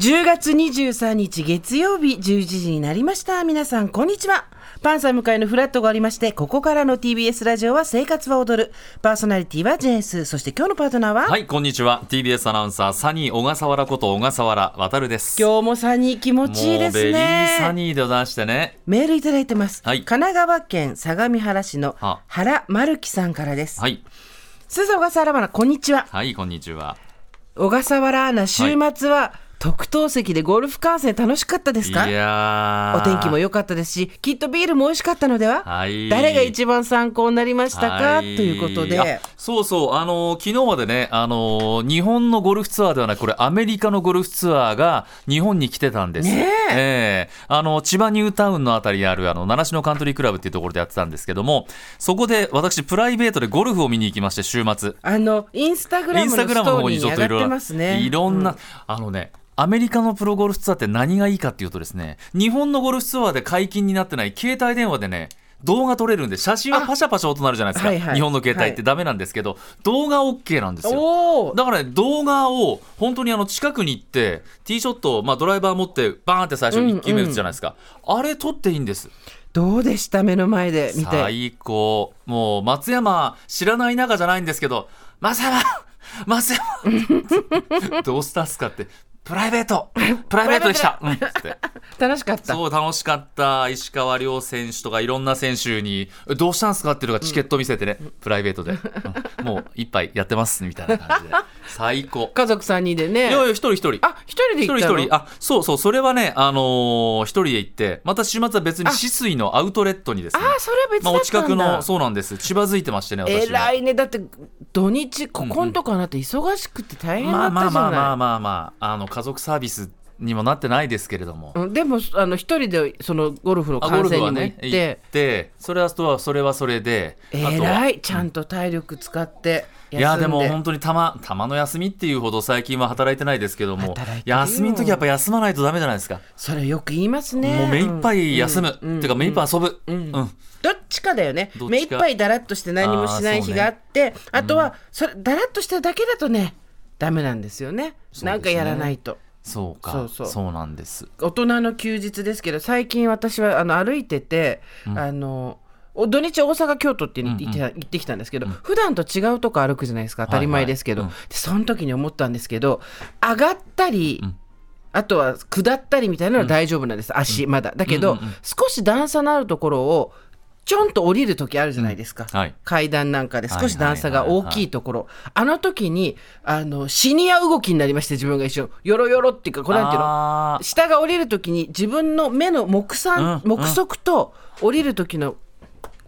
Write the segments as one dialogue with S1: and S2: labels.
S1: 月23日月曜日11時になりました。皆さん、こんにちは。パンサー向かいのフラットがありまして、ここからの TBS ラジオは生活は踊る。パーソナリティは JS。そして今日のパートナーは、
S2: はい、こんにちは。TBS アナウンサー、サニー小笠原こと小笠原渉です。
S1: 今日もサニー気持
S2: も
S1: ちいいうで
S2: ベ
S1: す
S2: リーサ
S1: ね。
S2: ニーで出してね。
S1: メールいただいてます。
S2: はい
S1: 神奈川県相模原市の
S2: あ
S1: 原丸樹さんからです。
S2: はい、
S1: 鈴小笠原アナ、こんにちは。
S2: はい、こんにちは。
S1: 小笠原アナ、週末は特等席でゴルフ観戦楽しかったで
S2: い
S1: すか
S2: やー
S1: お天気も良かったですし、きっとビールも美味しかったのでは、
S2: はい
S1: 誰が一番参考になりましたか、
S2: は
S1: ということ
S2: あ
S1: で。
S2: そうそう、あのー昨日までね、あのー日本のゴルフツアーではなく、これ、アメリカのゴルフツアーが日本に来てたんですよ。
S1: ねえ
S2: ええあの千葉ニュータウンのあたりにあるあの習志野カントリークラブっていうところでやってたんですけども、そこで私、プライベートでゴルフを見に行きまして、週末。
S1: あの、インスタグラ
S2: イン
S1: ム
S2: ス
S1: のス
S2: タグラムの
S1: トーリ
S2: 方
S1: ー
S2: に
S1: に
S2: ちょ
S1: 上
S2: っと
S1: がっ
S2: いろ
S1: て
S2: いろ
S1: ますね。
S2: いろんな、
S1: う
S2: あのねアメリカのプロゴルフツアーって何がいいかっていうとですね日本のゴルフツアーで解禁になってない携帯電話でね動画撮れるんで写真はパシャパシャ音なるじゃないですか、
S1: あはいはい
S2: 日本の携帯ってダメなんですけど、動画 OK なんですよ
S1: おー
S2: だからね、動画を本当にあの近くに行って、ティーショットを、まあ、ドライバー持って、バーンって最初に1球目打つじゃないですか、あれ撮っていいんです。
S1: どうでした目の前で見て。
S2: 最高もう松山知らない中じゃないんですけど「松山松山!」 どうしたっすかって「プライベートプライベートでした」うんつって
S1: 楽しかった。
S2: そう楽しかった石川遼選手とかいろんな選手に「えどうしたんすか?」っていうのがチケット見せてね、プライベートで、うんもう一杯やってますみたいな感じで最高
S1: 家族3人でね
S2: い。やいや一人一人
S1: あ、一人で
S2: 一
S1: 行
S2: 人
S1: ったの
S2: 一人あそうそうそれはねあのー一人で行ってまた週末は別に止水のアウトレットにですね
S1: あー、それは別
S2: ま
S1: だ
S2: あ、
S1: ったんだ。
S2: お近くのそうなんです千葉づいてましてね私は
S1: 偉いねだって土日ここんとこあなた忙しくて大変
S2: ま
S1: だ
S2: あ
S1: ったじゃ
S2: ま
S1: な
S2: あ
S1: い、
S2: まあまあまあまああの家族サービスにもなってないですけれども、
S1: うんでもあの一人でそのゴルフの
S2: あゴ
S1: 観
S2: ル
S1: 戦に
S2: フは
S1: も行
S2: ね
S1: っ
S2: 行って
S1: て、
S2: それはそれはそれはそれであとは
S1: 偉いちゃんと体力使って休んで
S2: いやでも本当にたまたまの休みっていうほど最近は働いてないですけども
S1: 働いてるよ
S2: 休みの時やっぱ休まないとダメじゃないですか、
S1: それよく言いますね
S2: もう目いっぱい休む、
S1: うんうん
S2: っていうか目いっぱい遊ぶ、うん
S1: どっちかだよね
S2: どっちか
S1: 目いっぱいだらっとして何もしない日があってあ,、とはそれだらっとしただけだとねダメなんですよね
S2: すね
S1: なんかやらないと
S2: そうか
S1: そうそう
S2: そうなんです
S1: 大人の休日ですけど最近私はあの歩いてて、あのお土日大阪京都っていうのに行って,、行ってきたんですけど、普段と違うとこ歩くじゃないですか当たり前ですけど、
S2: はいは
S1: でその時に思ったんですけど上がったり、あとは下ったりみたいなのは大丈夫なんです、足まだだけど、
S2: うんうんうん
S1: 少し段差のあるところをちょんと降りる時あるじゃないですか、
S2: うんはい
S1: 階段なんかで少し段差が大きいところ、あの時にあのシニア動きになりまして自分が一緒よろよろっていうかこれなんていうの
S2: あー
S1: 下が降りるときに自分の目の目算、
S2: うん
S1: 目測と降りるときの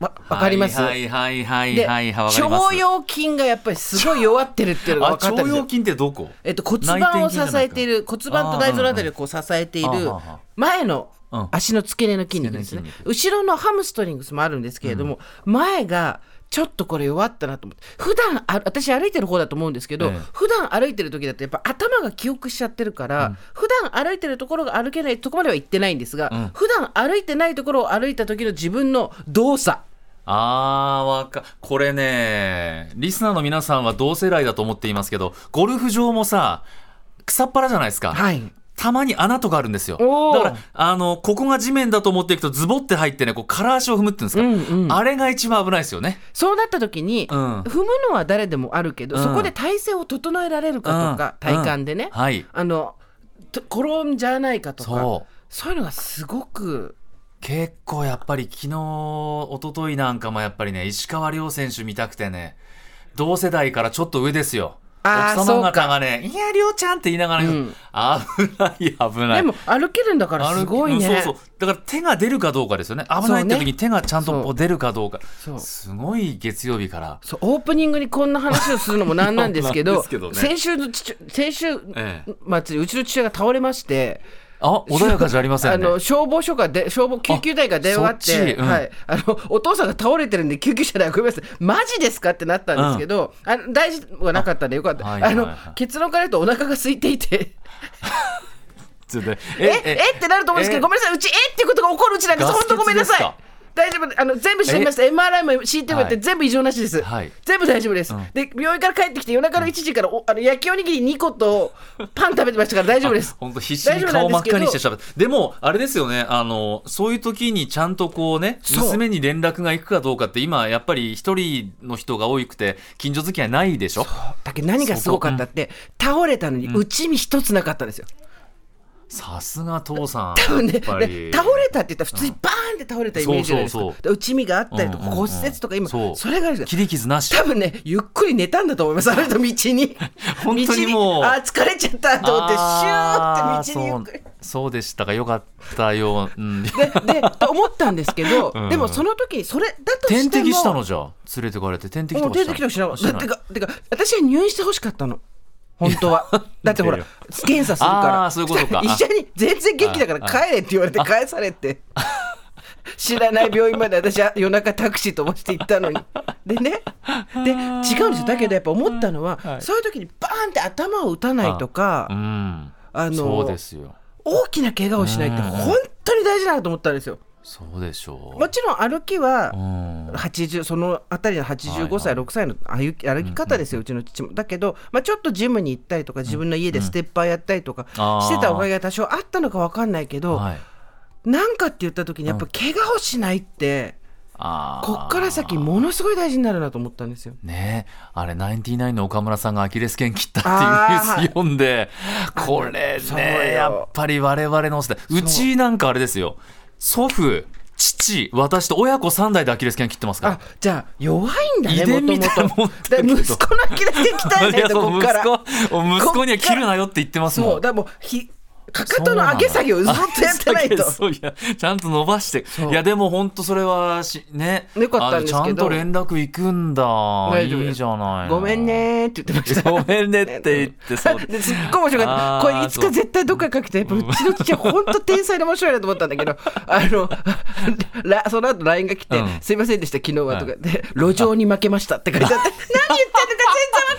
S1: わわかります、
S2: はいはいはい
S1: で、
S2: はいはいわかります
S1: 腸腰筋がやっぱりすごい弱ってるっていうのが
S2: あ
S1: 分か
S2: 腸
S1: ったんです
S2: 腰
S1: よ。
S2: 筋ってどこ
S1: えっと、骨盤を支えている骨盤と大腸のあたり
S2: で
S1: をこう支えている
S2: あーはーはー
S1: 前の
S2: うん
S1: 足の付け根の筋肉ですね
S2: 付
S1: 後ろのハムストリングスもあるんですけれども、前がちょっとこれ弱ったなと思って普段あ私歩いてる方だと思うんですけど、
S2: ええ
S1: 普段歩いてる時だとやっぱ頭が記憶しちゃってるから、普段歩いてるところが歩けないとこまでは行ってないんですが、
S2: うん
S1: 普段歩いてないところを歩いた時の自分の動作
S2: あーわかこれねリスナーの皆さんは同世代だと思っていますけどゴルフ場もさ草っぱらじゃないですか、
S1: はい
S2: たまに穴とかあるんですよだ
S1: おー
S2: からあのここが地面だと思っていくとズボって入ってねこう片足を踏むっていうんですか、
S1: うんうん
S2: あれが一番危ないですよね
S1: そうなった時に、
S2: うん
S1: 踏むのは誰でもあるけど、
S2: うん
S1: そこで体勢を整えられるかとか、
S2: うん
S1: 体幹でね、
S2: はい
S1: あのと転んじゃないかとかそう
S2: そう
S1: いうのがすごく
S2: 結構やっぱり昨日一昨日なんかもやっぱりね石川遼選手見たくてね同世代からちょっと上ですよ
S1: あー
S2: 奥様方がね「いや遼ちゃん」って言いながら、
S1: うん
S2: 危ない危な
S1: で
S2: い
S1: も歩けるんだからすごいね
S2: あのそうそうだから手が出るかどうかですよね危ないって
S1: そうね
S2: 時に手がちゃん
S1: そ
S2: と
S1: う
S2: こう出るかどうか
S1: そう
S2: すごい月曜日から
S1: そうオープニングにこんな話をするのもなんなんですけ
S2: なん
S1: ど
S2: ですけどね
S1: 先週の父先週
S2: ええ
S1: 末にうちの父親が倒れまして
S2: あ穏やかじゃありません ね
S1: あの消防署からで消防救急隊から電話あって
S2: そっちうん
S1: はい、あのお父さんが倒れてるんで救急車で運びますマジですかってなったんですけど、あの大事はなかったんでよかったあ、
S2: あはいはいはい
S1: の結論から言うとお腹が空いていて
S2: ちょっとね
S1: ええってなると思うんですけど、
S2: え
S1: ごめんなさい、うちえっていうことが起こるうちなんです、
S2: ガス
S1: 本
S2: 欠
S1: 当ごめんなさ
S2: です
S1: い
S2: か。
S1: 大丈夫あの全部調べました。MRI も CT もやって
S2: はい
S1: 全部異常なしです。
S2: はい
S1: 全部大丈夫です、
S2: うん
S1: で病院から帰ってきて夜中の1時からおあの焼きおにぎり2個とパン食べてましたから大丈夫です。
S2: 本当必死に顔真っ赤にしてしゃべってでもあれですよねあのそういう時にちゃんとこうね
S1: そう
S2: 娘に連絡が行くかどうかって今やっぱり一人の人が多くて近所付き合いないでしょ
S1: だけど何がすごかったって、倒れたのに内身一つなかったんですよ。
S2: さすが父さん
S1: 多分ね
S2: やっぱり
S1: で倒れたって言ったら普通にバーンって倒れたイメージじゃないですか
S2: そうそうそう
S1: で内身があったりとか
S2: うんうんうん
S1: 骨折とか今
S2: そう
S1: それがあるじゃん
S2: 切り傷なし
S1: 多分ねゆっくり寝たんだと思いますあの人道に
S2: 本当に
S1: 道
S2: もう
S1: にあー疲れちゃったと思ってシュー
S2: あ
S1: って道にゆっくり
S2: そうそうでしたかよかったよ、うん、
S1: ででと思ったんですけど、
S2: うん
S1: でもその時にそれだとしても
S2: 点滴したのじゃあ連れてかれて点滴
S1: も
S2: と
S1: う出
S2: かした
S1: て
S2: の
S1: きたしなかっ
S2: して
S1: かてか私は入院してほしかったの本当は だってほら
S2: いやい
S1: 検査するから
S2: あーそういうこ とか
S1: 医者に全然元気だから
S2: あ
S1: 帰れって言われて返されて知らない病院まで私は夜中タクシー飛ばして行ったのにでねで違うんですよだけどやっぱ思ったのは、
S2: はい
S1: そういう時にバーンって頭を打たないと
S2: う
S1: か
S2: ん
S1: あの
S2: そうですよ
S1: 大きな怪我をしないって
S2: うん
S1: 本当に大事だなと思ったんですよ
S2: そうでしょう
S1: もちろん歩きは
S2: うん
S1: 80そのあたりの85歳、
S2: はいはい
S1: 6歳の歩き歩き方ですよ、うちの父も。だけど、まあ、ちょっとジムに行ったりとか、自分の家でステッパーやったりとか
S2: あー
S1: してたおかげが多少あったのか分かんないけど、
S2: はい
S1: なんかって言った時に、やっぱ怪我をしないって、
S2: あー
S1: こっから先、ものすごい大事になるなと思ったんですよ。
S2: ねえあれ99の岡村さんがアキレス腱切ったって
S1: あー
S2: いうニュース読んでこれ
S1: そうよ
S2: ねやっぱり我々の世代うちなんかあれですよ祖父父私と親子3代でアキレス腱切ってますから
S1: あじゃあ、弱いんだね、も
S2: 遺伝みたい
S1: と
S2: な
S1: も
S2: もん
S1: と。
S2: だ
S1: だから
S2: けど
S1: 息子のアキレス腱鍛 えない
S2: や
S1: と、
S2: そう
S1: こっから。
S2: 息子息子には切るなよって言ってますもん
S1: そう、だからもうひ、かかとの上げ下げをずっとやってないと。
S2: そういやちゃんと伸ばして
S1: そう
S2: いやでも本当それはしね
S1: よかったんですけど
S2: あのちゃんと連絡行くんだ
S1: 大丈夫です
S2: いいじゃないの
S1: ごめんねーって言ってました。
S2: ごめんねって言ってそう
S1: ですっごい面白か
S2: あ
S1: っ
S2: ー
S1: た。これいつか絶対どっかにかけて、やっぱうちの父は本当天才で面白いなと思ったんだけ ど、あの、らその後 LINE が来て、
S2: うん
S1: すいませんでした、昨日はとかで、路上に負けましたって書いてあって、何言ってる のか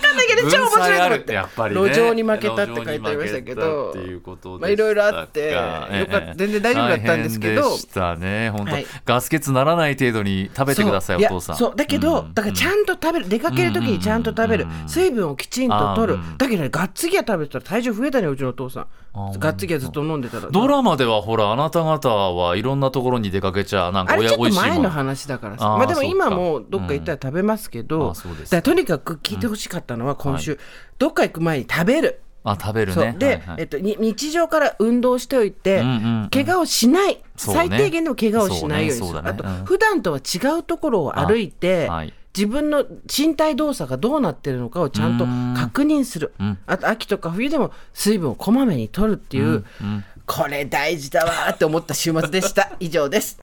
S1: 全然わかんないけど、超面白いと思って。
S2: やっぱり、ね、
S1: 路上に負けたって書いてありましたけど
S2: 路上に負けたっていうことでしたか
S1: まあいろいろあって
S2: ええ
S1: よかった全然大丈夫だったんですけど
S2: 大変でしたね本当、
S1: はい
S2: ガス欠ならない程度に食べてくださいお
S1: や
S2: 父さん
S1: そうだけど、
S2: ん
S1: だからちゃんと食べる出かけるときにちゃんと食べる、
S2: うん
S1: 水分をきちんと取る、
S2: あーうん
S1: だけどねがっつりは食べてたら体重増えたねうちのお父さ
S2: あ
S1: ん
S2: ー
S1: がっつりはずっと飲んでたら
S2: ドラマではほらあなた方はいろんなところに出かけちゃなんか
S1: あれち
S2: 親
S1: ょっ
S2: 子
S1: と
S2: いしい
S1: 前
S2: も
S1: の
S2: ん
S1: 話だからさ
S2: あー
S1: まあでも今
S2: そうか
S1: もどっか行ったら食べますけ
S2: うん
S1: ど、
S2: あそうで
S1: だ
S2: す
S1: からとにかく聞いてほしかったのは今週、どっか行く前に食べる。
S2: あ食べる
S1: そう
S2: ね
S1: で、
S2: はいはい
S1: えっと、に日常から運動しておいて、
S2: うんうんうん
S1: 怪我をしない、
S2: そうね
S1: 最低限の怪我をしないようにす
S2: そうねそう
S1: る、
S2: だ
S1: あ
S2: ね
S1: と、
S2: うん
S1: 普段とは違うところを歩いて、
S2: あはい
S1: 自分の身体動作がどうなってるのかをちゃんと確認する、
S2: うん
S1: あと秋とか冬でも水分をこまめに取るっていう、
S2: うん
S1: これ大事だわーって思った週末でした。以上です。